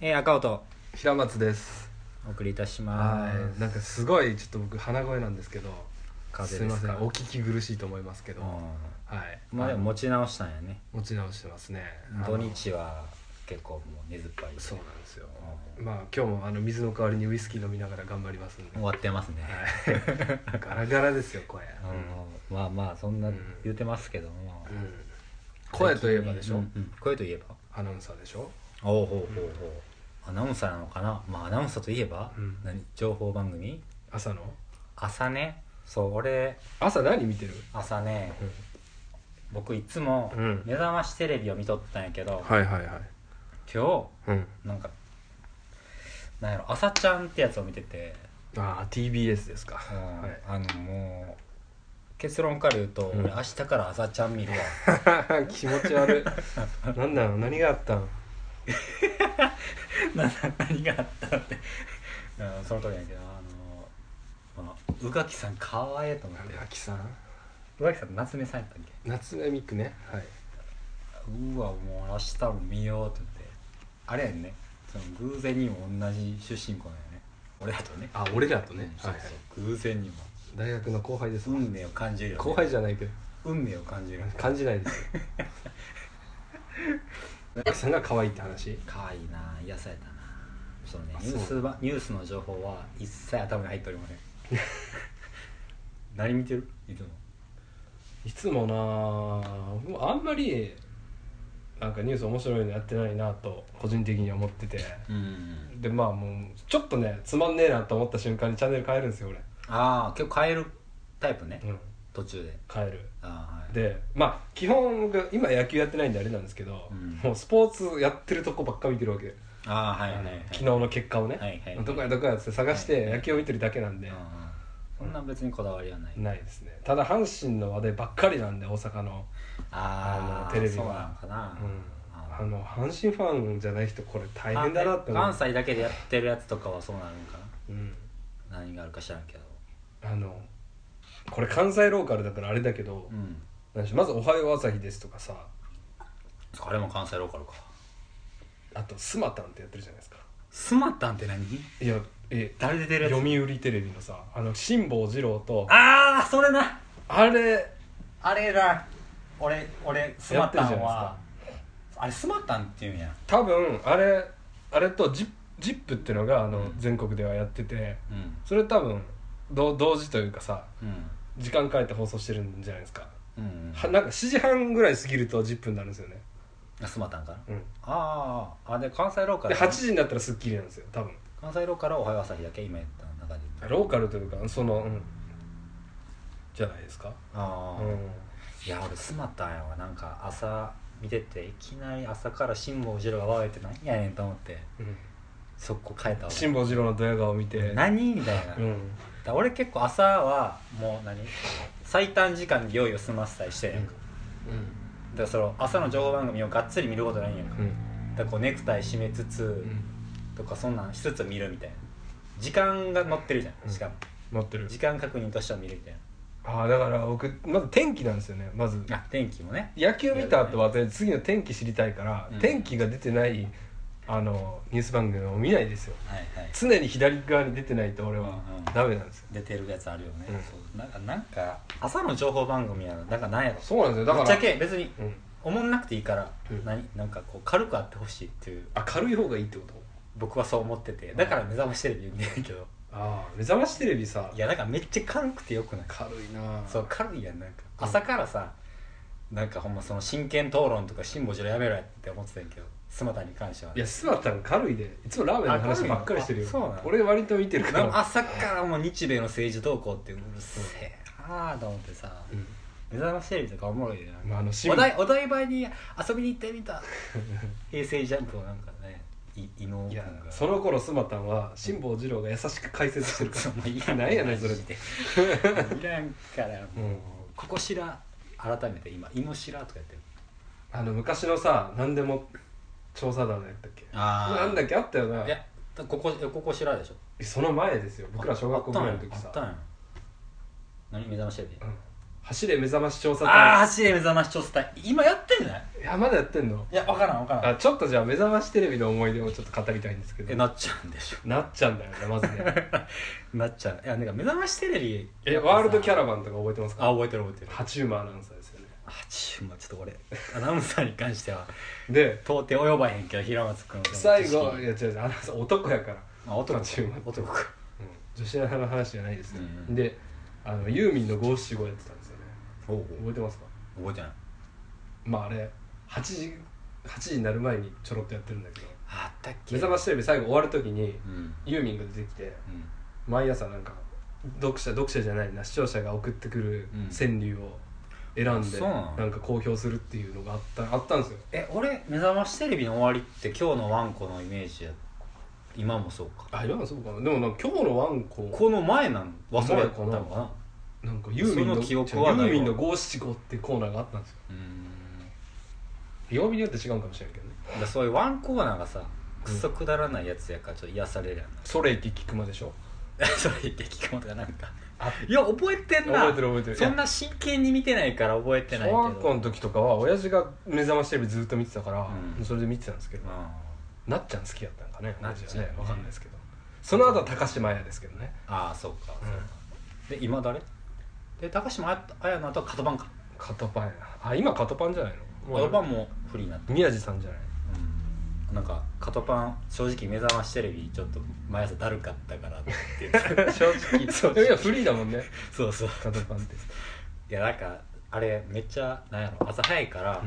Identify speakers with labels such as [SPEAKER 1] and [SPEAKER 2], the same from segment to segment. [SPEAKER 1] えー、赤尾と
[SPEAKER 2] 平松です
[SPEAKER 1] お送りいたしま
[SPEAKER 2] はい
[SPEAKER 1] す
[SPEAKER 2] なんかすごいちょっと僕鼻声なんですけど
[SPEAKER 1] 風
[SPEAKER 2] すい
[SPEAKER 1] 邪で
[SPEAKER 2] ますせ
[SPEAKER 1] か
[SPEAKER 2] んお聞き苦しいと思いますけど、
[SPEAKER 1] う
[SPEAKER 2] はい
[SPEAKER 1] んまあでも
[SPEAKER 2] の
[SPEAKER 1] 持ち直したんやね
[SPEAKER 2] 持ち直してますねあ
[SPEAKER 1] 土
[SPEAKER 2] の
[SPEAKER 1] 日は結構もう根ずっぱりで
[SPEAKER 2] そうなんですよ
[SPEAKER 1] う
[SPEAKER 2] まあ今日もあの水の代わりにウイスキー飲みながら頑張りますん で、
[SPEAKER 1] 終わってますね、
[SPEAKER 2] はい、ガラガラですよ声、
[SPEAKER 1] あ
[SPEAKER 2] う
[SPEAKER 1] のまあまあそんな
[SPEAKER 2] うん
[SPEAKER 1] 言うてますけども、
[SPEAKER 2] んうん声といえばでしょ、
[SPEAKER 1] うんうん声といえば
[SPEAKER 2] アナウンサーでしょ
[SPEAKER 1] おうほうほうほうアナウンサーなのかなまあアナウンサーといえば、
[SPEAKER 2] うん
[SPEAKER 1] 何情報番組
[SPEAKER 2] 朝の
[SPEAKER 1] 朝ねそう俺
[SPEAKER 2] 朝何見てる、
[SPEAKER 1] 朝ね僕いつも
[SPEAKER 2] うん
[SPEAKER 1] 目覚ましテレビを見とったんやけど、
[SPEAKER 2] はいはいはい
[SPEAKER 1] 今
[SPEAKER 2] うん
[SPEAKER 1] 日なんかなんやろ「朝ちゃん」ってやつを見てて、
[SPEAKER 2] ああ TBS ですか、
[SPEAKER 1] うん
[SPEAKER 2] はい
[SPEAKER 1] あのもう結論から言うと、
[SPEAKER 2] うん
[SPEAKER 1] 俺明日から「朝ちゃん」見るわ
[SPEAKER 2] 気持ち悪いなんだろう何があったん
[SPEAKER 1] なな何があったって、 うん、その通りやけどあの、まあ、宇垣さんかわいいと思って
[SPEAKER 2] 秋さん
[SPEAKER 1] 宇垣さんって夏目さんやったっけ
[SPEAKER 2] 夏目ミクねはいう
[SPEAKER 1] わもう明日も見ようって言ってあれやんねその偶然にも同じ出身校なんよね俺らとね
[SPEAKER 2] あ俺らと
[SPEAKER 1] うん
[SPEAKER 2] ね、
[SPEAKER 1] そう
[SPEAKER 2] はいはい
[SPEAKER 1] そう偶然にも
[SPEAKER 2] 大学の後輩ですもん、
[SPEAKER 1] 運命を感じるよ、ね、
[SPEAKER 2] 後輩じ
[SPEAKER 1] ゃ
[SPEAKER 2] ゃないけど
[SPEAKER 1] 運命を感じる
[SPEAKER 2] 感じない ですよ秋さんが可愛いって話
[SPEAKER 1] かわいいな癒されたなそうね
[SPEAKER 2] あ
[SPEAKER 1] ニュース
[SPEAKER 2] そう
[SPEAKER 1] はニュースの情報は一切頭に入っており ません何見てるいつも
[SPEAKER 2] いつもな僕もあんまりなんかニュース面白いのやってないなと個人的には思ってて
[SPEAKER 1] うん
[SPEAKER 2] でまあもうちょっとねつまんねえなと思った瞬間にチャンネル変えるんですよ俺、
[SPEAKER 1] ああ結構変えるタイプね、
[SPEAKER 2] うん、
[SPEAKER 1] 途中で
[SPEAKER 2] 変える
[SPEAKER 1] ああはい
[SPEAKER 2] でまあ基本が今野球やってないんであれなんですけど、
[SPEAKER 1] うん
[SPEAKER 2] もうスポーツやってるとこばっか見てるわけ、
[SPEAKER 1] ああはいはい
[SPEAKER 2] あの
[SPEAKER 1] はい
[SPEAKER 2] 昨日の結果をね、
[SPEAKER 1] はいはいはい
[SPEAKER 2] どこやどこやっつって探し
[SPEAKER 1] はい
[SPEAKER 2] て
[SPEAKER 1] はい
[SPEAKER 2] 野球を見てるだけなんで、
[SPEAKER 1] ああそんな別にこだわりはない、
[SPEAKER 2] ないですねただ阪神の話題ばっかりなんで大阪の、
[SPEAKER 1] あ
[SPEAKER 2] あ
[SPEAKER 1] あ
[SPEAKER 2] のテレビは
[SPEAKER 1] そうなのかな、
[SPEAKER 2] うん
[SPEAKER 1] あ
[SPEAKER 2] あの阪神ファンじゃない人これ大変だなって思う
[SPEAKER 1] 関西だけでやってるやつとかはそうなのか
[SPEAKER 2] うん、
[SPEAKER 1] な何があるか知らんけど
[SPEAKER 2] あのこれ関西ローカルだからあれだけど
[SPEAKER 1] う、ん
[SPEAKER 2] なんでしょうまず「おはよう朝日」ですとかさ
[SPEAKER 1] あれも関西ローカルか
[SPEAKER 2] あと「スマタン」ってやってるじゃないですか
[SPEAKER 1] スマッタンって何
[SPEAKER 2] いやえ
[SPEAKER 1] 誰出てるやつ
[SPEAKER 2] 読売テレビのさあの辛坊治郎と
[SPEAKER 1] ああそれな
[SPEAKER 2] あれ
[SPEAKER 1] あれだ俺俺スマッタ
[SPEAKER 2] や
[SPEAKER 1] ン
[SPEAKER 2] ってるじゃな
[SPEAKER 1] はあれスマッタンっていうんや
[SPEAKER 2] 多分あれあれとジッ「ジップっていうのがあの、
[SPEAKER 1] うん
[SPEAKER 2] 全国ではやってて
[SPEAKER 1] うん
[SPEAKER 2] それ多分ど同時というかさ
[SPEAKER 1] うん
[SPEAKER 2] 時間変えて放送してるんじゃないですか
[SPEAKER 1] うん
[SPEAKER 2] はなんか7時半ぐらい過ぎると「ジップになるんですよね、
[SPEAKER 1] あスマタンかな
[SPEAKER 2] うん、
[SPEAKER 1] あーあで関西ローカル
[SPEAKER 2] で8時になったら『スッキリ』なんですよ多分
[SPEAKER 1] 関西ローカルはおはよう朝日だけ今言った中で言った
[SPEAKER 2] ローカルというかその、うん、じゃないですか
[SPEAKER 1] ああ、
[SPEAKER 2] うん
[SPEAKER 1] いや俺スマタンやわなんか朝見てていきなり朝から辛坊治郎がわれて何やねんと思って
[SPEAKER 2] うん
[SPEAKER 1] そこ変えたわ
[SPEAKER 2] 辛坊治郎のドヤ顔を見て
[SPEAKER 1] 何みたいな、
[SPEAKER 2] う
[SPEAKER 1] だか
[SPEAKER 2] ん
[SPEAKER 1] ら俺結構朝はもう何最短時間で用意を済ませたりしてんやんか、
[SPEAKER 2] うん
[SPEAKER 1] だからその朝の情報番組をがっつり見ることないんやんか、
[SPEAKER 2] う
[SPEAKER 1] だ
[SPEAKER 2] ん
[SPEAKER 1] からこうネクタイ締めつつ、
[SPEAKER 2] うん
[SPEAKER 1] とかそんなんしつつ見るみたいな時間が載ってるじゃ
[SPEAKER 2] うん
[SPEAKER 1] んしかも、
[SPEAKER 2] 持ってる
[SPEAKER 1] 時間確認としては見るみたい
[SPEAKER 2] ああだから僕まず天気なんですよねまず
[SPEAKER 1] なあ天気もね
[SPEAKER 2] 野球見た後は私次の天気知りたいから、
[SPEAKER 1] うん
[SPEAKER 2] 天気が出てないあのニュース番組を見ないですよ
[SPEAKER 1] はいはい
[SPEAKER 2] 常に左側に出てないと俺は
[SPEAKER 1] うんうん
[SPEAKER 2] ダメなんですよ、
[SPEAKER 1] 出てるやつあるよね、
[SPEAKER 2] うん
[SPEAKER 1] そうなんかなんか朝の情報番組やななんかなんやろ
[SPEAKER 2] そうなんですよだか
[SPEAKER 1] ぶ
[SPEAKER 2] ら
[SPEAKER 1] っちゃけ別に
[SPEAKER 2] うん、
[SPEAKER 1] おもんなくていいから、
[SPEAKER 2] うん
[SPEAKER 1] 何なんかこう軽くあってほしいっていう
[SPEAKER 2] あ軽い方がいいってこと
[SPEAKER 1] 僕はそう思っててだから目覚ましテレビ見るけど
[SPEAKER 2] ああ目覚ましテレビさ
[SPEAKER 1] いやなんかめっちゃ軽くてよくない
[SPEAKER 2] 軽いなあ
[SPEAKER 1] そう軽いやんなんか
[SPEAKER 2] うん
[SPEAKER 1] 朝からさ、なんかほんまその真剣討論とか辛坊治郎やめろやって思ってたんやけど妻田に関しては、
[SPEAKER 2] いやスマタン軽いでいつもラーメンの話ばっかりしてるよ
[SPEAKER 1] あ軽いのあそうなの
[SPEAKER 2] 俺割と見てるか、
[SPEAKER 1] なんから朝からもう日米の政治動向ってうるせえなあと思ってさ、
[SPEAKER 2] うん
[SPEAKER 1] 目覚ましテレビとかおもろいよな
[SPEAKER 2] まあ、あの新
[SPEAKER 1] お
[SPEAKER 2] 聞
[SPEAKER 1] 台お台場に遊びに行ってみた平成ジャンプをなんかねい伊能
[SPEAKER 2] い
[SPEAKER 1] 君
[SPEAKER 2] や
[SPEAKER 1] が
[SPEAKER 2] その頃スマタンは辛坊治郎が優しく解説してる
[SPEAKER 1] そ
[SPEAKER 2] か
[SPEAKER 1] うもういら
[SPEAKER 2] らなんやねんそれ
[SPEAKER 1] マジでいらんからもう、
[SPEAKER 2] うん
[SPEAKER 1] ここしら改めて今「いのしら」とかやってる
[SPEAKER 2] あの昔のさ何でも調査団のやったっけ
[SPEAKER 1] あ
[SPEAKER 2] なんだっけあったよない
[SPEAKER 1] やだここここしらでしょ
[SPEAKER 2] その前ですよ僕ら小学校ぐらいの時
[SPEAKER 1] あっ
[SPEAKER 2] さ
[SPEAKER 1] たんやあったんや何目覚ましテレビ
[SPEAKER 2] うん走れ目覚まし調査
[SPEAKER 1] ああ
[SPEAKER 2] 隊
[SPEAKER 1] 走れ目覚まし調査隊今やってんじゃない
[SPEAKER 2] いやまだやってんの
[SPEAKER 1] いや分からん分からん
[SPEAKER 2] あちょっとじゃあ目覚ましテレビの思い出をちょっと語りたいんですけ
[SPEAKER 1] え
[SPEAKER 2] ど
[SPEAKER 1] なっちゃうんでしょ
[SPEAKER 2] なっちゃんだよねまずね
[SPEAKER 1] なっちゃういやなんか目覚ましテレビ
[SPEAKER 2] えワールドキャ
[SPEAKER 1] ラ
[SPEAKER 2] ラバンとか覚えてます
[SPEAKER 1] あ
[SPEAKER 2] か
[SPEAKER 1] 覚えてる覚えてる
[SPEAKER 2] ハチウマアナウンサーですよね
[SPEAKER 1] あちゅうまあちょっとこれ アナウンサーに関しては
[SPEAKER 2] で
[SPEAKER 1] 到底及ばへんけど平松君の
[SPEAKER 2] 最後いや違う違うアナウンサー男やから、
[SPEAKER 1] あ男
[SPEAKER 2] ハチウマ
[SPEAKER 1] 男か
[SPEAKER 2] 女子アナの話じゃないですよ、
[SPEAKER 1] うんうん
[SPEAKER 2] であのユーミンの五七五やってたんですよね
[SPEAKER 1] おうおう
[SPEAKER 2] 覚えてますか
[SPEAKER 1] 覚えてない
[SPEAKER 2] まああれ8時8時になる前にちょろっとやってるんだけど
[SPEAKER 1] あったっけ
[SPEAKER 2] 目覚ましテレビ最後終わる時に
[SPEAKER 1] うん
[SPEAKER 2] ユーミンが出てきて
[SPEAKER 1] うん
[SPEAKER 2] 毎朝なんか読者読者じゃないな視聴者が送ってくる
[SPEAKER 1] うん
[SPEAKER 2] 川柳を選んで、
[SPEAKER 1] そうなの
[SPEAKER 2] なんか公表するっていうのがあったあったんですよ
[SPEAKER 1] え俺目覚ましテレビの終わりって今日のワンコのイメージや今もそうか
[SPEAKER 2] あ今のそうかなでもなんか今日のワンコ
[SPEAKER 1] この前なの忘れ
[SPEAKER 2] 前
[SPEAKER 1] たのか
[SPEAKER 2] かな
[SPEAKER 1] な
[SPEAKER 2] なんかユーミンの
[SPEAKER 1] その記憶は
[SPEAKER 2] ユ
[SPEAKER 1] ないわ
[SPEAKER 2] ーミンの五七五ってコーナーがあったんですよ
[SPEAKER 1] うーん
[SPEAKER 2] 曜日によって違うかもしれないけどね
[SPEAKER 1] だからそういうワンコーナーがさくっそくだらないやつやからちょっと癒されるやんな、
[SPEAKER 2] ソレイって聞くまでしょ
[SPEAKER 1] それ言って聞くもとがなんか
[SPEAKER 2] あ
[SPEAKER 1] いや覚えてんな
[SPEAKER 2] 覚えてる覚えてる
[SPEAKER 1] そんな真剣に見てないから覚えてないけど
[SPEAKER 2] 小学校の時とかは親父が目覚ましテレビずっと見てたから、
[SPEAKER 1] うん
[SPEAKER 2] それで見てたんですけど、
[SPEAKER 1] あ
[SPEAKER 2] なっちゃん好きだったんかね
[SPEAKER 1] なっ
[SPEAKER 2] 親
[SPEAKER 1] ちゃん
[SPEAKER 2] 父はね分かんないですけどその後は高島屋ですけどね
[SPEAKER 1] あーそうか、で今誰で高島あやのとカトパンか
[SPEAKER 2] カトパンやあ今カトパンじゃないの
[SPEAKER 1] カトパンもフリーになって、
[SPEAKER 2] 宮地さんじゃない
[SPEAKER 1] うん、なんかカトパン正直目覚ましテレビちょっと毎朝だるかったからって 言ってた
[SPEAKER 2] 正直
[SPEAKER 1] そう
[SPEAKER 2] いやフリーだもんね
[SPEAKER 1] そうそう
[SPEAKER 2] カトパンって、
[SPEAKER 1] いやなんかあれめっちゃなんやろ朝早いから、
[SPEAKER 2] う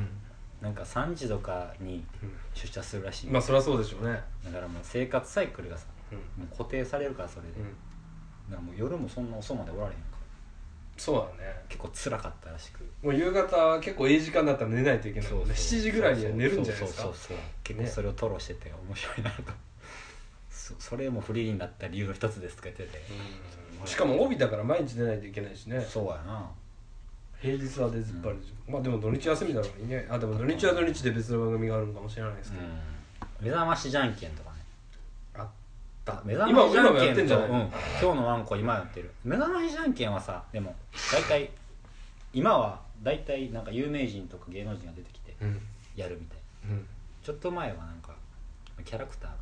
[SPEAKER 1] なんか3時とかに
[SPEAKER 2] ん
[SPEAKER 1] 出社するらしい、
[SPEAKER 2] まあそりゃそうでしょうね
[SPEAKER 1] だからもう生活サイクルがさ
[SPEAKER 2] うん、
[SPEAKER 1] もう固定されるからそれで、だからもう夜もそんな遅までおられへんから
[SPEAKER 2] そうだね
[SPEAKER 1] 結構辛かったらしく
[SPEAKER 2] もう夕方結構いい時間だったら寝ないといけないもんね7時ぐらいには寝るんじゃないですか
[SPEAKER 1] そうそうそうそう結構それを吐露してて面白いなと、そそれもフリーになった理由の一つですとか言ってて、
[SPEAKER 2] うんしかも帯だから毎日寝ないといけないしね
[SPEAKER 1] そうやな
[SPEAKER 2] 平日は出ずっぱりでしょ、まあでも土日休みだろうねあでも土日は土日で別の番組があるのかもしれないですけど、
[SPEAKER 1] うん目覚ましじゃんけんとかね
[SPEAKER 2] あ
[SPEAKER 1] だ目覚ましじゃん
[SPEAKER 2] 今もや
[SPEAKER 1] け
[SPEAKER 2] っ
[SPEAKER 1] ん
[SPEAKER 2] て
[SPEAKER 1] と
[SPEAKER 2] んじゃない
[SPEAKER 1] うん、今日のワンコ今やってる目覚ましじゃんけんはさでも大体今は大体なんか有名人とか芸能人が出てきて
[SPEAKER 2] うん、
[SPEAKER 1] やるみたい
[SPEAKER 2] うん、
[SPEAKER 1] ちょっと前はなんかキャラクターが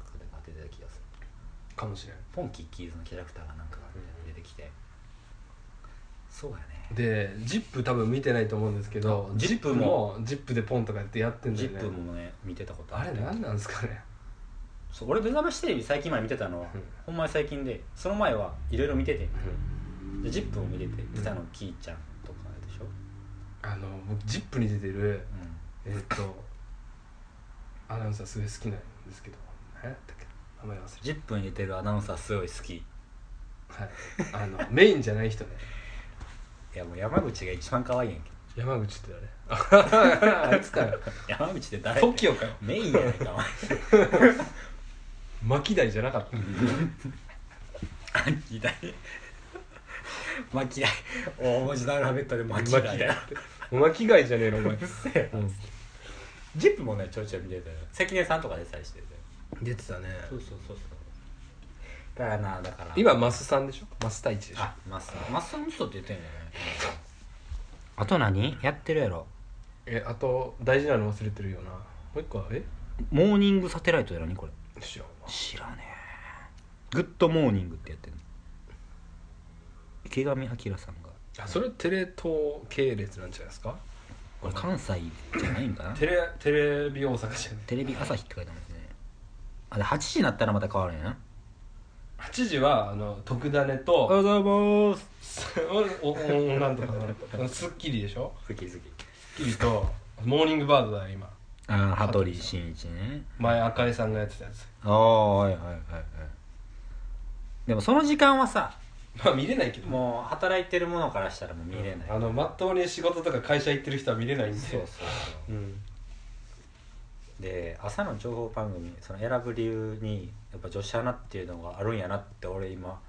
[SPEAKER 1] 出てた気がする
[SPEAKER 2] かもしれない
[SPEAKER 1] ポンキッキーズのキャラクターがなんか出てきて、そうやね
[SPEAKER 2] で「ZIP」多分見てないと思うんですけど
[SPEAKER 1] あ
[SPEAKER 2] 「ZIP」
[SPEAKER 1] ZIP
[SPEAKER 2] も
[SPEAKER 1] も
[SPEAKER 2] 「ZIP」でポンとかやってやってんだよね
[SPEAKER 1] 10分もね見てたこと
[SPEAKER 2] あれ
[SPEAKER 1] な
[SPEAKER 2] 何なんですかね
[SPEAKER 1] そう俺目覚ましテレビ最近まで見てたのは、
[SPEAKER 2] うん
[SPEAKER 1] ほんまに最近でその前はいろいろ見ててで10分を見てて出たのキーちゃんとかでしょ、
[SPEAKER 2] あの僕「ZIP」に出てる
[SPEAKER 1] うん、
[SPEAKER 2] えーっとアナウンサーすごい好きなんですけど何やったっけ名前忘れち
[SPEAKER 1] 10分入れてるアナウンサーすごい好きい
[SPEAKER 2] ゃったはいあ のメインじゃない人ね
[SPEAKER 1] やもう山口が一番可愛いやんけ
[SPEAKER 2] 山口って誰あいつかよ
[SPEAKER 1] 山口って誰
[SPEAKER 2] TOKIO かよ
[SPEAKER 1] メインやないかお前
[SPEAKER 2] 巻き台じゃなかった
[SPEAKER 1] あ嫌いまあ嫌い大文字のアルファベットでまあ嫌い
[SPEAKER 2] 巻き台巻き貝じゃねえのお前
[SPEAKER 1] うっせえなジップもねちょいちょい見てたよ関根さんとか出てたりしてて
[SPEAKER 2] 出てたね
[SPEAKER 1] そうそうそうそうだからなだから
[SPEAKER 2] 今マスさんでしょマス太一でしょ
[SPEAKER 1] あマッサンマッサン嘘って言ってんじゃないあと何やってるやろ
[SPEAKER 2] えあと大事なの忘れてるよなもう一個はえ
[SPEAKER 1] モーニングサテライトやらにこれ
[SPEAKER 2] 知らんわ
[SPEAKER 1] 知らねえグッドモーニングってやってるの池上彰さんが
[SPEAKER 2] あそれテレ東系列なんじゃないですか
[SPEAKER 1] これ関西じゃないんか な
[SPEAKER 2] テレテレビ大阪じゃない
[SPEAKER 1] テレビ朝日って書いてますねあで8時になったらまた変わるんやな
[SPEAKER 2] 8時はあの特ダネ
[SPEAKER 1] おはよ
[SPEAKER 2] と
[SPEAKER 1] うございます
[SPEAKER 2] おおおなんとかなんとかスッキリでしょ
[SPEAKER 1] 好き好き
[SPEAKER 2] スッキリとモーニングバードだよ今
[SPEAKER 1] あー羽鳥慎一ね
[SPEAKER 2] 前赤江さんがやってたや つ
[SPEAKER 1] ああはいはいはいはいでもその時間はさ
[SPEAKER 2] まあ見れないけど
[SPEAKER 1] もう働いてるものからしたらもう見れない、
[SPEAKER 2] あのまっとうに仕事とか会社行ってる人は見れないんで
[SPEAKER 1] そうそうそう
[SPEAKER 2] うん
[SPEAKER 1] で朝の情報番組その選ぶ理由にやっぱ女子アナっていうのがあるんやなって俺今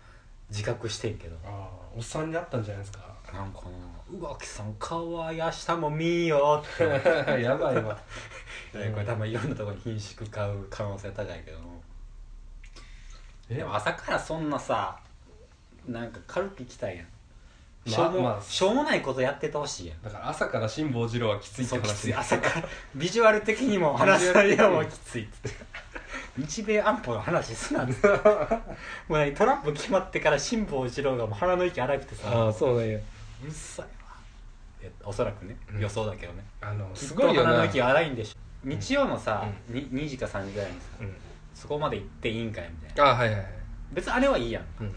[SPEAKER 1] 自覚してんけど
[SPEAKER 2] ああおっさんになったんじゃないですか
[SPEAKER 1] なんかな「宇垣さんかわいい明日も見よ」って思って
[SPEAKER 2] やばい わ
[SPEAKER 1] でこれ多分いろんなところに品種買う可能性高いけども
[SPEAKER 2] え
[SPEAKER 1] でも朝からそんなさなんか軽く行きたいやん
[SPEAKER 2] まあ
[SPEAKER 1] しょうも、
[SPEAKER 2] まあ
[SPEAKER 1] しょうもないことやっててほしいやん
[SPEAKER 2] だから朝から辛坊治郎はきついって
[SPEAKER 1] そうき
[SPEAKER 2] 話
[SPEAKER 1] つい
[SPEAKER 2] で
[SPEAKER 1] 朝からビジュアル的にも話されはもうきついっつって日米安保の話す なっつってもう何トランプ決まってから辛坊治郎がもう腹の息荒くて
[SPEAKER 2] あ
[SPEAKER 1] さ
[SPEAKER 2] あそうなんや
[SPEAKER 1] うるさいわいやおそらくね
[SPEAKER 2] うん
[SPEAKER 1] 予想だけどね、
[SPEAKER 2] あの
[SPEAKER 1] きっ
[SPEAKER 2] す
[SPEAKER 1] と
[SPEAKER 2] ごいよ
[SPEAKER 1] 鼻の
[SPEAKER 2] な
[SPEAKER 1] 息荒いんでしょ日曜のさ、に2時か3時ぐらいにさ
[SPEAKER 2] うん
[SPEAKER 1] そこまで行っていいんかいみたいな
[SPEAKER 2] あはいはいはい
[SPEAKER 1] 別にあれはいいやん
[SPEAKER 2] うん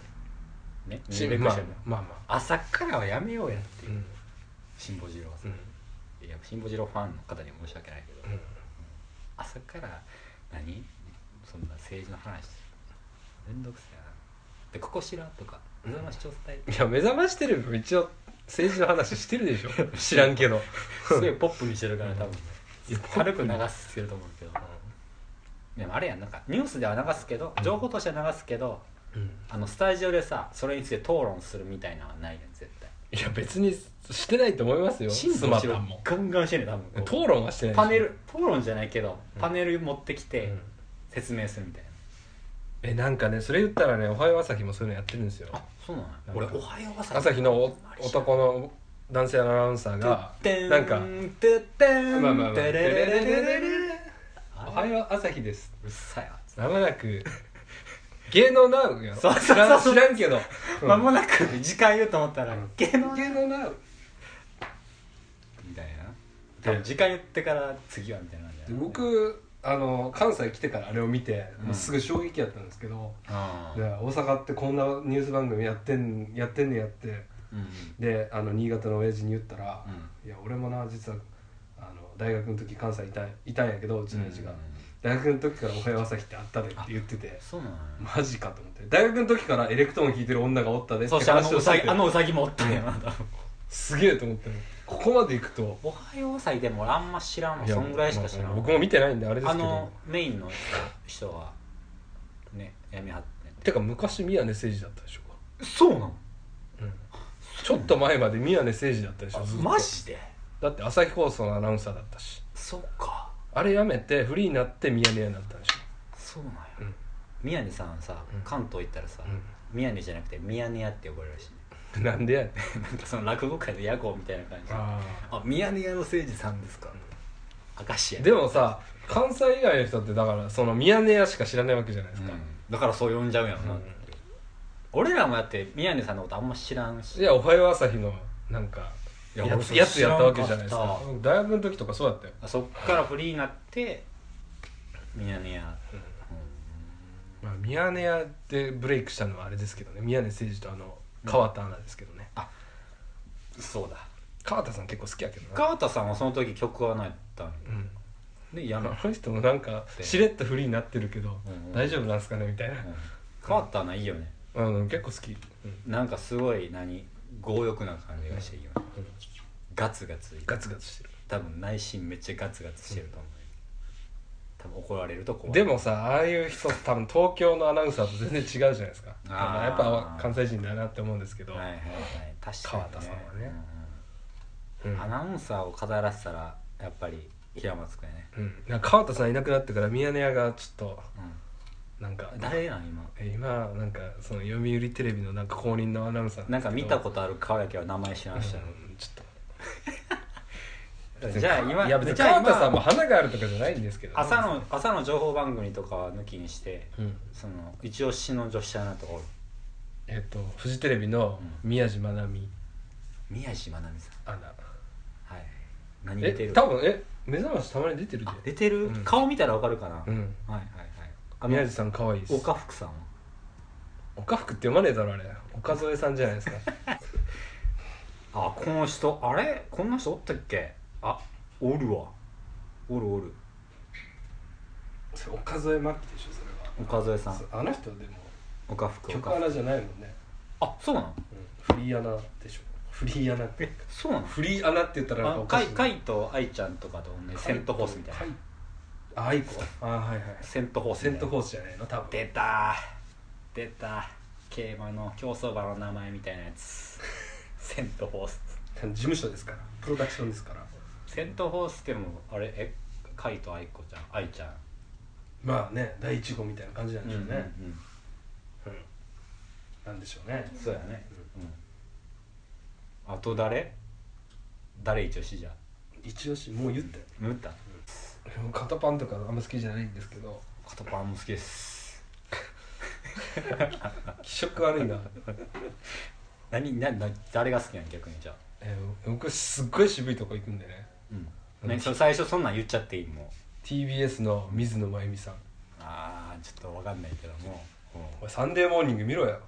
[SPEAKER 1] ね
[SPEAKER 2] し
[SPEAKER 1] 入れ
[SPEAKER 2] ま
[SPEAKER 1] 口
[SPEAKER 2] あ
[SPEAKER 1] やもん
[SPEAKER 2] まあま
[SPEAKER 1] 朝からはやめようやって
[SPEAKER 2] あ
[SPEAKER 1] いううん辛坊治郎はさ
[SPEAKER 2] うん
[SPEAKER 1] いや辛坊治郎ファンの方には申し訳ないけど
[SPEAKER 2] うん
[SPEAKER 1] 朝から何そんな政治の話めんどくせえなでここ知らんとか目覚まし調査 隊
[SPEAKER 2] いや目覚ましテレビも一応政治の話してる でしょ知らんけど
[SPEAKER 1] すごいポップにしてるから多分
[SPEAKER 2] いや
[SPEAKER 1] 軽く流してると思うけどでもあれやんなんかニュースでは流すけど情報としては流すけど
[SPEAKER 2] うん
[SPEAKER 1] あのスタジオでさそれについて討論するみたいなのはないやん絶対
[SPEAKER 2] いや別にしてないと思いますよ
[SPEAKER 1] 辛
[SPEAKER 2] ス
[SPEAKER 1] 坊
[SPEAKER 2] マ
[SPEAKER 1] 治
[SPEAKER 2] タ
[SPEAKER 1] 郎
[SPEAKER 2] ンも
[SPEAKER 1] ガンガンしてんねん多分こ
[SPEAKER 2] 討論はしてな
[SPEAKER 1] う
[SPEAKER 2] いでしょ
[SPEAKER 1] パネル討論じゃないけど
[SPEAKER 2] うん
[SPEAKER 1] パネル持ってき
[SPEAKER 2] う
[SPEAKER 1] て
[SPEAKER 2] ん
[SPEAKER 1] 説明するみたいな
[SPEAKER 2] えなんかねそれ言ったらね「おはよう朝日」もそういうのやってるんですよ
[SPEAKER 1] あそうなの
[SPEAKER 2] なん
[SPEAKER 1] 俺
[SPEAKER 2] か
[SPEAKER 1] おはよう朝日
[SPEAKER 2] 朝日のお男の男性アナウンサーがなんか
[SPEAKER 1] てって
[SPEAKER 2] 「
[SPEAKER 1] ん
[SPEAKER 2] まあまあまあ
[SPEAKER 1] てれれれれれれれ
[SPEAKER 2] おはよう朝日です
[SPEAKER 1] うっさいわ」
[SPEAKER 2] まもなく芸能ナウやろ
[SPEAKER 1] そうそうそう
[SPEAKER 2] 知らん知らんけど
[SPEAKER 1] 間も
[SPEAKER 2] な
[SPEAKER 1] なく時間言うと思ったら
[SPEAKER 2] うん
[SPEAKER 1] 芸能
[SPEAKER 2] 芸能ナウ
[SPEAKER 1] みたいな多分時間言ってから次はみたいなんじゃ
[SPEAKER 2] で
[SPEAKER 1] ない
[SPEAKER 2] 僕あの関西来てからあれを見て、
[SPEAKER 1] うん
[SPEAKER 2] もうすぐ衝撃やったんですけど、
[SPEAKER 1] あ
[SPEAKER 2] で
[SPEAKER 1] ー
[SPEAKER 2] 大阪ってこんなニュース番組やってんやってんねやって
[SPEAKER 1] うんうん
[SPEAKER 2] であの新潟の親父に言ったら「
[SPEAKER 1] う
[SPEAKER 2] いや俺もな実はあの大学の時関西いたいたんやけどうちの親父が、
[SPEAKER 1] うん
[SPEAKER 2] 大学の時から「おはよう朝日」ってあったでって言ってて
[SPEAKER 1] そうなの
[SPEAKER 2] マジかと思って大学の時からエレクトーン弾いてる女がおったでって
[SPEAKER 1] そうしてあ
[SPEAKER 2] 話
[SPEAKER 1] の
[SPEAKER 2] を
[SPEAKER 1] う
[SPEAKER 2] さ
[SPEAKER 1] さ
[SPEAKER 2] れ
[SPEAKER 1] ぎ
[SPEAKER 2] て
[SPEAKER 1] あのうさぎもおったんやな多分
[SPEAKER 2] すげえと思ってここまで行くと
[SPEAKER 1] おはよう朝日でも俺あんま知らんわそんぐらいしか知らん
[SPEAKER 2] ま
[SPEAKER 1] わ
[SPEAKER 2] あ僕も見てないんであれです
[SPEAKER 1] あ
[SPEAKER 2] けど
[SPEAKER 1] のメインの人はねやめはってん
[SPEAKER 2] てか昔宮根誠司だったでしょ
[SPEAKER 1] そうなの
[SPEAKER 2] うか、うん、ちょっと前まで宮根誠司だったでしょずっと
[SPEAKER 1] マジで
[SPEAKER 2] だって朝日放送のアナウンサーだったし
[SPEAKER 1] そうか
[SPEAKER 2] あれやめてフリーになって宮根になったでし
[SPEAKER 1] そうなんや
[SPEAKER 2] ょ、うん
[SPEAKER 1] 宮根さんさ
[SPEAKER 2] うん
[SPEAKER 1] 関東行ったらさ、宮根じゃなくて宮根屋って呼ばれるらしいね
[SPEAKER 2] うん、なんでやねん
[SPEAKER 1] なんかその落語界の屋号みたいな感じあ
[SPEAKER 2] あ
[SPEAKER 1] 宮根屋の誠司さんですか明石屋
[SPEAKER 2] でもさ関西以外の人ってだからそのミヤネ屋しか知らないわけじゃないで
[SPEAKER 1] う
[SPEAKER 2] す
[SPEAKER 1] ん
[SPEAKER 2] か、
[SPEAKER 1] だからそう呼んじゃうやろな、
[SPEAKER 2] うん
[SPEAKER 1] 俺らもだって宮根さんのことあんま知らんし
[SPEAKER 2] いや「おはよう朝日」のなんか
[SPEAKER 1] いや
[SPEAKER 2] や
[SPEAKER 1] 俺
[SPEAKER 2] つ
[SPEAKER 1] それ
[SPEAKER 2] やつやったわけじゃないです
[SPEAKER 1] 知らん
[SPEAKER 2] か
[SPEAKER 1] かった
[SPEAKER 2] 僕大学の時とかそうだったよ、
[SPEAKER 1] そっからフリーになって宮根屋
[SPEAKER 2] まあ、ミヤネ屋でブレイクしたのはあれですけどね宮根誠司とあの川田アナですけどね、
[SPEAKER 1] そうだ
[SPEAKER 2] 川田さん結構好きやけどな、
[SPEAKER 1] 川田さんはその時曲はないったん
[SPEAKER 2] うん、
[SPEAKER 1] でや
[SPEAKER 2] あ
[SPEAKER 1] め、う
[SPEAKER 2] の人もなんかしれっとフリーになってるけど、
[SPEAKER 1] うんうん
[SPEAKER 2] 大丈夫なんすかねみたいな、
[SPEAKER 1] ん、川田ないいよね
[SPEAKER 2] うんうん、結構好き、うん
[SPEAKER 1] なんかすごい何強欲な感じがしていいよね
[SPEAKER 2] うん
[SPEAKER 1] ガツガツ
[SPEAKER 2] ガツガツしてる
[SPEAKER 1] 多分内心めっちゃガツガツしてると思う、多分怒られると怖い
[SPEAKER 2] でもさああいう人多分東京のアナウンサーと全然違うじゃないですか
[SPEAKER 1] あー
[SPEAKER 2] まあやっぱ関西人だなって思うんですけど、
[SPEAKER 1] はいはいはい確かに、
[SPEAKER 2] 川田さんはねう
[SPEAKER 1] うんんアナウンサーを語らせたらやっぱり平松君やね、
[SPEAKER 2] うんなんか川田さんいなくなってからミヤネ屋がちょっとなんか
[SPEAKER 1] うん、誰なん今
[SPEAKER 2] え今なんかその読売テレビのなんか公認のアナウンサー
[SPEAKER 1] なんか見た
[SPEAKER 2] と
[SPEAKER 1] ことある川やけど名前知らん人や
[SPEAKER 2] うんちょ
[SPEAKER 1] ろ
[SPEAKER 2] っと
[SPEAKER 1] じゃあ今
[SPEAKER 2] いや別に
[SPEAKER 1] じゃあ
[SPEAKER 2] 川
[SPEAKER 1] 今
[SPEAKER 2] 田さんも花があるとかじゃないんですけど
[SPEAKER 1] 朝の朝の情報番組とかは抜きにして
[SPEAKER 2] うん
[SPEAKER 1] その一押しの女子アナとかおる
[SPEAKER 2] えっ、とフジテレビの宮地真奈美
[SPEAKER 1] 宮地真奈美さん
[SPEAKER 2] アナ
[SPEAKER 1] はい何出て
[SPEAKER 2] え
[SPEAKER 1] る
[SPEAKER 2] 多分え目覚ましたまに出てる
[SPEAKER 1] あ出
[SPEAKER 2] で
[SPEAKER 1] てる、
[SPEAKER 2] うん
[SPEAKER 1] 顔見たらわかるかな、はい
[SPEAKER 2] うん
[SPEAKER 1] はいはいあの
[SPEAKER 2] 宮地さん可愛いです
[SPEAKER 1] 岡福さんは
[SPEAKER 2] 岡福って読まねえだろあれ岡添さんじゃない ですか
[SPEAKER 1] あこの人あれこんな人おったっけあおるわおるおる
[SPEAKER 2] 岡添真希でしょそれ
[SPEAKER 1] 岡添さん
[SPEAKER 2] そあの人でも
[SPEAKER 1] 岡福岡
[SPEAKER 2] 曲アナじゃないもんね、
[SPEAKER 1] あそうなの
[SPEAKER 2] うん、フリーアナでしょフリーアナって
[SPEAKER 1] えそうなの
[SPEAKER 2] フリーアナって言ったらなんか
[SPEAKER 1] あ
[SPEAKER 2] おか
[SPEAKER 1] か
[SPEAKER 2] し
[SPEAKER 1] い
[SPEAKER 2] い
[SPEAKER 1] かいと愛ちゃんとかと同じセントホースみたいな
[SPEAKER 2] なああいこあはいはい
[SPEAKER 1] セントホース
[SPEAKER 2] セントホ
[SPEAKER 1] ー
[SPEAKER 2] ースじゃないの多分
[SPEAKER 1] 出た出た競馬の競走馬の名前みたいなや つセントホース
[SPEAKER 2] 事務所ですからプロダクションですから
[SPEAKER 1] セントホースでもあれえかいと愛子ちゃん愛ちゃん
[SPEAKER 2] まあね第一号みたいな感じなんでしょうね、
[SPEAKER 1] うんうん
[SPEAKER 2] うんなんでしょうね
[SPEAKER 1] うんそうやね、うんあと誰誰一押しじゃん
[SPEAKER 2] 一押しもう言ったよ
[SPEAKER 1] 縫った
[SPEAKER 2] 肩パンとかあんま好きじゃないんですけど
[SPEAKER 1] 肩パンも好きです
[SPEAKER 2] 気色悪いな、
[SPEAKER 1] 何なな誰が好きなん逆にじゃあ
[SPEAKER 2] えー僕すっごい渋いとこ行くんでね
[SPEAKER 1] うん
[SPEAKER 2] うん
[SPEAKER 1] 何それ最初そんなん言っちゃっていいもう
[SPEAKER 2] TBS の水野真由美さん
[SPEAKER 1] あーちょっとわかんないけども
[SPEAKER 2] 「お前サンデーモーニング見ろよ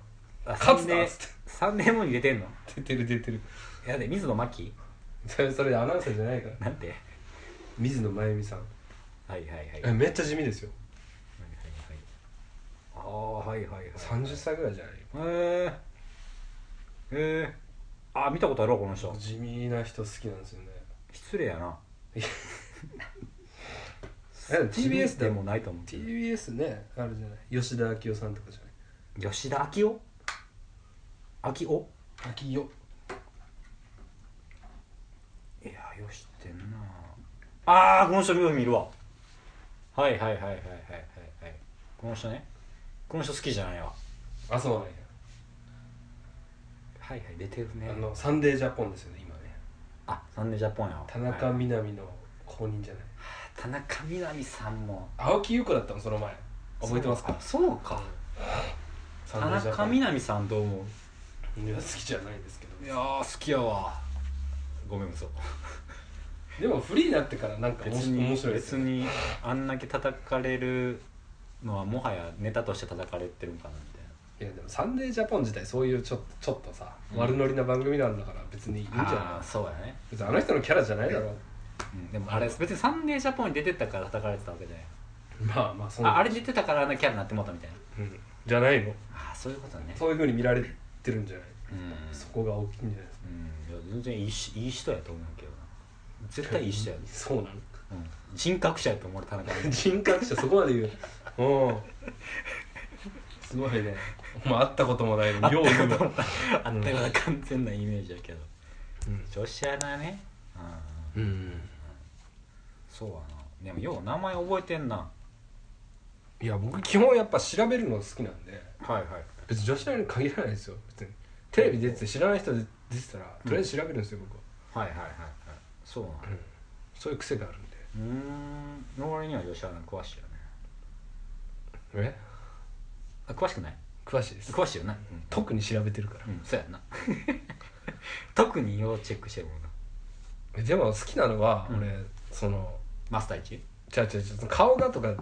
[SPEAKER 1] あ
[SPEAKER 2] 勝つな」っつっ
[SPEAKER 1] 3年後に出てんの
[SPEAKER 2] て出てる出てる
[SPEAKER 1] やで水野真紀
[SPEAKER 2] それそれアナウンサーじゃないから
[SPEAKER 1] なんて
[SPEAKER 2] 水野真由美さん
[SPEAKER 1] はいはいはいはい
[SPEAKER 2] えめっちゃ地味ですよ
[SPEAKER 1] ああはいはいはい
[SPEAKER 2] 30歳ぐらいじゃない
[SPEAKER 1] へええー、あ見たことあるわこの人
[SPEAKER 2] 地味な人好きなんですよね
[SPEAKER 1] 失礼や な
[SPEAKER 2] え TBS
[SPEAKER 1] で
[SPEAKER 2] で
[SPEAKER 1] も
[SPEAKER 2] も
[SPEAKER 1] ないと思う
[SPEAKER 2] TBS ねあるじゃない吉田昭夫さんとかじゃない
[SPEAKER 1] 吉田昭夫昭夫
[SPEAKER 2] 昭夫
[SPEAKER 1] いやよしってんなああこの人見る見るわはいはいはいはいはいはいはいこの人ねこの人好きじゃないわ
[SPEAKER 2] あそうなんや
[SPEAKER 1] はいはい出てるね
[SPEAKER 2] あのサンデージャポンですよね今ね
[SPEAKER 1] あサンデージャポンやわ
[SPEAKER 2] 田中
[SPEAKER 1] はい
[SPEAKER 2] みな実の公認じゃない
[SPEAKER 1] 田中みな実さんも
[SPEAKER 2] 青木優子だったのその前覚えてますか
[SPEAKER 1] そうそうか
[SPEAKER 2] サ
[SPEAKER 1] 田
[SPEAKER 2] ンデージャポ
[SPEAKER 1] 中
[SPEAKER 2] ン
[SPEAKER 1] みな実さんどう思
[SPEAKER 2] いや好きじゃないですけど
[SPEAKER 1] ういやー好きやわごめん嘘
[SPEAKER 2] でもフリーになってからなんか面
[SPEAKER 1] 別
[SPEAKER 2] 白
[SPEAKER 1] に
[SPEAKER 2] 面白いです
[SPEAKER 1] 別
[SPEAKER 2] よね
[SPEAKER 1] にあんだけ叩かれるのはもはやネタとして叩かれてるんかなみたいない
[SPEAKER 2] やでも「サンデージャポン」自体そういうちょちょっとさ、
[SPEAKER 1] うん
[SPEAKER 2] 悪ノリな番組なんだから別にいいんじゃ
[SPEAKER 1] あー
[SPEAKER 2] ない
[SPEAKER 1] そうやね、
[SPEAKER 2] 別にあの人のキャラじゃないだろ
[SPEAKER 1] うん、でもあれ別に「サンデージャポン」に出てたから叩かれてたわけじゃない
[SPEAKER 2] まあまあそんな
[SPEAKER 1] ああれ出てたからあのキャラになってもうたみたいな
[SPEAKER 2] うん、じゃないの
[SPEAKER 1] ああそういうことね
[SPEAKER 2] そういうふうに見られてるんじゃない、
[SPEAKER 1] うん、うん、い
[SPEAKER 2] そこが大きいんじゃないですか
[SPEAKER 1] や全然いいしいい人やと思うけどな絶対いい人やで、
[SPEAKER 2] そうなの
[SPEAKER 1] うん、人格者やと思う田中
[SPEAKER 2] 人格者そこまで言ううんすごいねお前会ったこともないのによう言うな、
[SPEAKER 1] あったような完全なイメージやけど
[SPEAKER 2] うん
[SPEAKER 1] 女子アナねうん
[SPEAKER 2] うん、
[SPEAKER 1] そうやなでもよう名前覚えてんない
[SPEAKER 2] や僕基本やっぱ調べるのが好きなんで
[SPEAKER 1] はいはい
[SPEAKER 2] 別に女子大に限らないですよ別にテレビ出てて知らない人出てたらとりあえず調べるんですよ、僕は
[SPEAKER 1] はいはいはいはいそうなんや
[SPEAKER 2] そういう癖があるんで
[SPEAKER 1] うーんの割には女子アナ詳しいよね
[SPEAKER 2] え
[SPEAKER 1] あ詳しくない
[SPEAKER 2] 詳しいです
[SPEAKER 1] 詳しいよな
[SPEAKER 2] 特に調べてるから
[SPEAKER 1] うん、うん、そうやな 特にようチェックしてるもんな
[SPEAKER 2] えでも好きなのは
[SPEAKER 1] うん
[SPEAKER 2] 俺、その
[SPEAKER 1] マスター一
[SPEAKER 2] 違う違う違うその顔がとかっ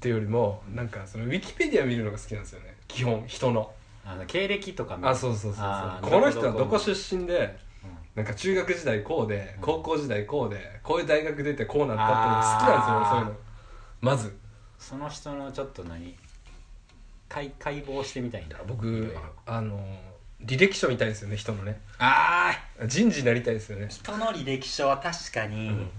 [SPEAKER 2] ていうよりもなんかそのウィキペディア見るのが好きなんですよね基本人の
[SPEAKER 1] あの経歴とか見る
[SPEAKER 2] あそうそうそう
[SPEAKER 1] あ
[SPEAKER 2] そ
[SPEAKER 1] ー
[SPEAKER 2] うこの人は
[SPEAKER 1] なる
[SPEAKER 2] ど
[SPEAKER 1] ほど
[SPEAKER 2] こ出身でなんか中学時代こうで
[SPEAKER 1] うん
[SPEAKER 2] 高校時代こうでこういう大学出てこうなったっていうのが好きなんですよねそういうのまず
[SPEAKER 1] その人のちょっと何解解剖してみたいんだいろい
[SPEAKER 2] 僕
[SPEAKER 1] ろ
[SPEAKER 2] あの履歴書見たいですよね人のね
[SPEAKER 1] ああ
[SPEAKER 2] 人事になりたいですよね
[SPEAKER 1] 人の履歴書は確か
[SPEAKER 2] う
[SPEAKER 1] に
[SPEAKER 2] ん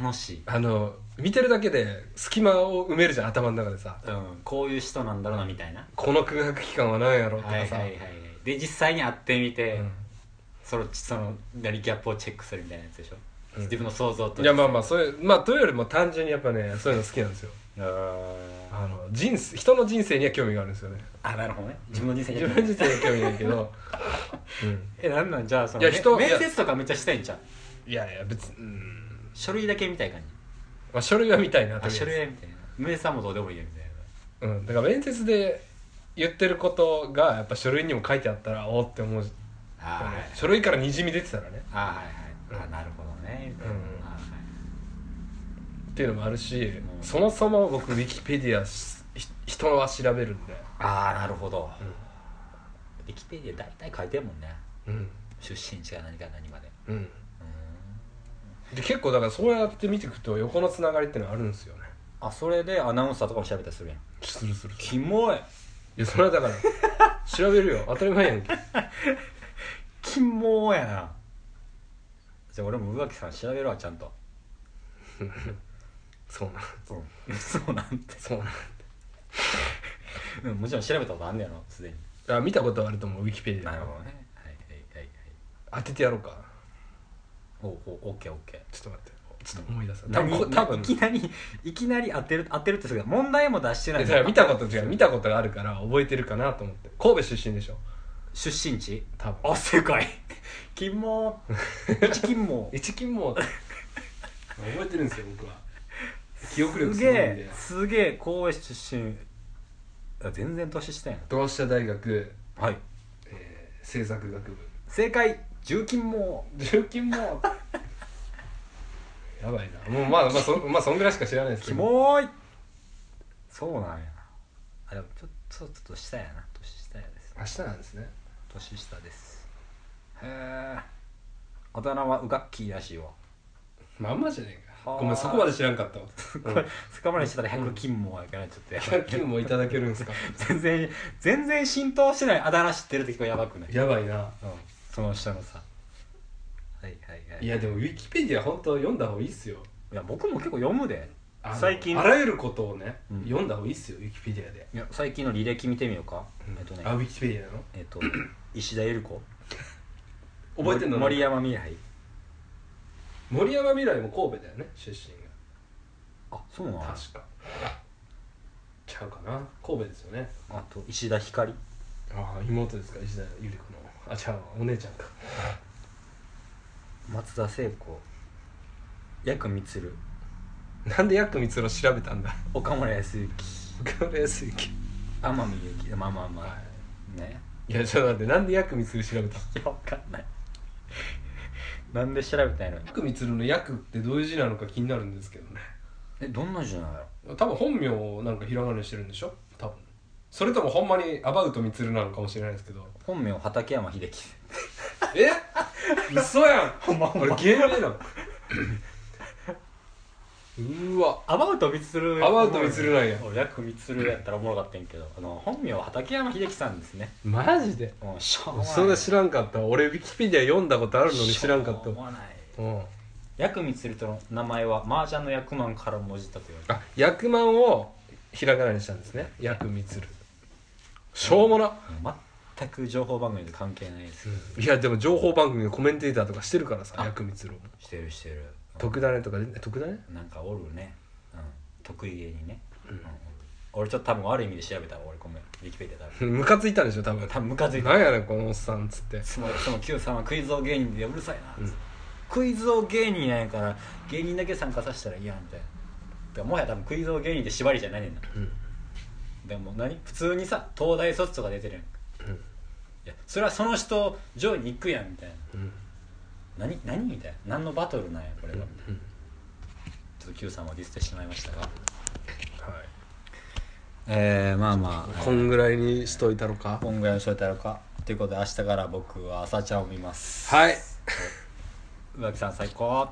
[SPEAKER 1] 楽しい、
[SPEAKER 2] あの見てるだけで隙間を埋めるじゃん頭の中でさ
[SPEAKER 1] うん、こういう人なんだろうなみたいな
[SPEAKER 2] この空白期間は何やろうと
[SPEAKER 1] はいは
[SPEAKER 2] か
[SPEAKER 1] い
[SPEAKER 2] さ、
[SPEAKER 1] はいはいで実際に会ってみて、
[SPEAKER 2] うん
[SPEAKER 1] そのその何ギャップをチェックするみたいなやつでしょ、
[SPEAKER 2] うん
[SPEAKER 1] 自分の想像と
[SPEAKER 2] いやまあまあそういうまあというよりも単純にやっぱねそういうの好きなんですよ
[SPEAKER 1] あー
[SPEAKER 2] あの人生人の人生には興味があるんですよね
[SPEAKER 1] あなるほどね自分の人生に
[SPEAKER 2] 自分の人生には興味ない けど、うん
[SPEAKER 1] えなんなんじゃあその
[SPEAKER 2] いや人
[SPEAKER 1] め
[SPEAKER 2] いや
[SPEAKER 1] 面接とかめっちゃしたいんじゃん
[SPEAKER 2] いやいや別に、うん
[SPEAKER 1] 書類だけみたい感じ
[SPEAKER 2] まあ、書類は見たいなと
[SPEAKER 1] あ
[SPEAKER 2] りあ
[SPEAKER 1] 書類
[SPEAKER 2] え
[SPEAKER 1] はみたいな名産もどうでもいいやみたいな
[SPEAKER 2] ずうん、だから面接で言ってることがやっぱ書類にも書いてあったらおーって思う、
[SPEAKER 1] あーはいはい
[SPEAKER 2] 書類からにじみ出てたらね
[SPEAKER 1] あーはいはいあなるほどねみたいな、
[SPEAKER 2] うん
[SPEAKER 1] あーはい
[SPEAKER 2] っていうのもあるし、
[SPEAKER 1] ん
[SPEAKER 2] そもそも僕ウィキペディアしひ人は調べるんで、
[SPEAKER 1] あーなるほど、ウィキペディア大体書いてるもんね
[SPEAKER 2] うん
[SPEAKER 1] 出身地が何から何まで
[SPEAKER 2] うん、
[SPEAKER 1] うーん
[SPEAKER 2] で結構だからそうやって見ていくと横のつながりってのはあるんですよね
[SPEAKER 1] あそれでアナウンサーとかも喋ったりするやん
[SPEAKER 2] するする
[SPEAKER 1] キモい
[SPEAKER 2] いやそれはだから調べるよ当たり前やんけ
[SPEAKER 1] キモやなじゃあ俺も宇垣さん調べるわちゃんと
[SPEAKER 2] そうなん
[SPEAKER 1] うんそうなんて
[SPEAKER 2] そうなん
[SPEAKER 1] うんもちろん調べたことあんねやろすでに
[SPEAKER 2] あ見たことはあると思うウィキペディア
[SPEAKER 1] どねはいはいはいはい
[SPEAKER 2] 当ててやろうか
[SPEAKER 1] おおオッケーオッケー
[SPEAKER 2] ちょっと待ってちょっと思い出す多分こ
[SPEAKER 1] 何
[SPEAKER 2] 多分
[SPEAKER 1] いきなりいきなり当てる当てるってすごい問題も出してない
[SPEAKER 2] いや見たこと違う見たことがあるから覚えてるかなと思って神戸出身でしょ
[SPEAKER 1] 出身地
[SPEAKER 2] 多 分
[SPEAKER 1] あ正解金毛一金 毛
[SPEAKER 2] 一金も覚えてるんですよ僕は記憶力
[SPEAKER 1] す
[SPEAKER 2] す
[SPEAKER 1] げ
[SPEAKER 2] ごいん
[SPEAKER 1] え
[SPEAKER 2] です
[SPEAKER 1] げえ神戸市出身あ全然年下や
[SPEAKER 2] 同志社大学、
[SPEAKER 1] なはい
[SPEAKER 2] えー、政策学部
[SPEAKER 1] 正解重金毛
[SPEAKER 2] 重金 もやばいなもうまあまあそ,、まあ、そんぐらいしか知らないです
[SPEAKER 1] キ
[SPEAKER 2] けど
[SPEAKER 1] モいそうなんやあでもちょっとちょっと下やな年下やです
[SPEAKER 2] 明日なんですね
[SPEAKER 1] 年下ですへえあだ名はウガッキーらしいわ
[SPEAKER 2] まんまじゃねえ
[SPEAKER 1] は
[SPEAKER 2] か
[SPEAKER 1] あ
[SPEAKER 2] ごめんそこまで知らんかったわ
[SPEAKER 1] これ 捕まりしたら100金毛やからちょっとやばい
[SPEAKER 2] 100金もいただけるんですか
[SPEAKER 1] 全然全然浸透してないあだ名知ってるって結構やばくない
[SPEAKER 2] やばいな
[SPEAKER 1] うんその下のさはいはいはい
[SPEAKER 2] いやでもウィキペディア本当読んだ方がいいっすよ
[SPEAKER 1] いや僕も結構読むで
[SPEAKER 2] あの
[SPEAKER 1] 最近
[SPEAKER 2] あらゆることをね、
[SPEAKER 1] うん
[SPEAKER 2] 読んだ方がいいっすよウィキペディアで、
[SPEAKER 1] いや最近の履歴見てみようか、えっと
[SPEAKER 2] あウ
[SPEAKER 1] ね
[SPEAKER 2] ィキペディアの
[SPEAKER 1] えっ と石田ゆり子
[SPEAKER 2] 覚えてんの
[SPEAKER 1] 森森山未来
[SPEAKER 2] 森山未来も神戸だよね出身
[SPEAKER 1] あそうなん
[SPEAKER 2] が確かちゃうかな神戸ですよね
[SPEAKER 1] あと石田ひかり
[SPEAKER 2] ああ妹ですか石田ゆり子のあちゃうお姉ちゃんか
[SPEAKER 1] 松田聖子ヤクミツル
[SPEAKER 2] なんでヤックミツロ調べたんだ
[SPEAKER 1] 岡村康之
[SPEAKER 2] 岡村康之
[SPEAKER 1] 天海祐希まあまあまあ、ね
[SPEAKER 2] いやちょっと待ってなんでヤックミツル調べた
[SPEAKER 1] いやわかんない なんで調べたいの
[SPEAKER 2] ヤックミツルのヤクってどういう字なのか気になるんですけどね
[SPEAKER 1] えどんな字なの
[SPEAKER 2] 多分本名をなんかひらがなにしてるんでしょ多分それともほんまにアバウトミツルなのかもしれないですけど
[SPEAKER 1] 本名畠山秀樹
[SPEAKER 2] え嘘やん
[SPEAKER 1] ほんま
[SPEAKER 2] 俺芸名なのうーわ
[SPEAKER 1] アバウトミツル
[SPEAKER 2] アバウトミツルなんや
[SPEAKER 1] 俺ヤクミツルやったらおもろかったんやけどあの本名は畠山秀樹さんですね
[SPEAKER 2] マジで
[SPEAKER 1] うんしょうもない
[SPEAKER 2] それ知らんかった俺ウィキペディア読んだことあるのに知らんかった
[SPEAKER 1] しょう
[SPEAKER 2] わ
[SPEAKER 1] もない
[SPEAKER 2] うん
[SPEAKER 1] ヤクミツルとの名前は麻雀の役満からもじったと言われてる
[SPEAKER 2] あ役満をひらがなにしたんですね役満しょうもな、
[SPEAKER 1] 全く情報番組と関係ないです
[SPEAKER 2] いやでも情報番組のコメンテーターとかしてるからさ
[SPEAKER 1] あ
[SPEAKER 2] 役満郎も
[SPEAKER 1] してるしてる
[SPEAKER 2] 特ダネとかで特ダネ
[SPEAKER 1] なんかおるね、うん、得意げにね、
[SPEAKER 2] うん
[SPEAKER 1] 俺ちょっと多分悪い意味で調べたわ俺ごめんウィキペディア多分
[SPEAKER 2] ムカついたんでしょ多分
[SPEAKER 1] 多分ムカついて
[SPEAKER 2] なんやねんこのおっさんっつって
[SPEAKER 1] そのその Q さんはクイズ王芸人でうるさいな、
[SPEAKER 2] うん
[SPEAKER 1] クイズ王芸人なんやから芸人だけ参加させたらいいやんみたいなだからもはや多分クイズ王芸人って縛りじゃないねんな
[SPEAKER 2] うん
[SPEAKER 1] でも何普通にさ東大卒とか出てるやんいやそれはその人上位に行くやんみたいな
[SPEAKER 2] うん
[SPEAKER 1] 何何みたいな何のバトルなんやこれは、
[SPEAKER 2] うん
[SPEAKER 1] ちょっと Q さんはディスってしまいましたが
[SPEAKER 2] はい
[SPEAKER 1] えー、まあまあ
[SPEAKER 2] こんぐらいにしといたのか
[SPEAKER 1] 今ぐらいにしといたのかということで明日から僕は朝ちゃんを見ます
[SPEAKER 2] はい
[SPEAKER 1] 浮気さん最高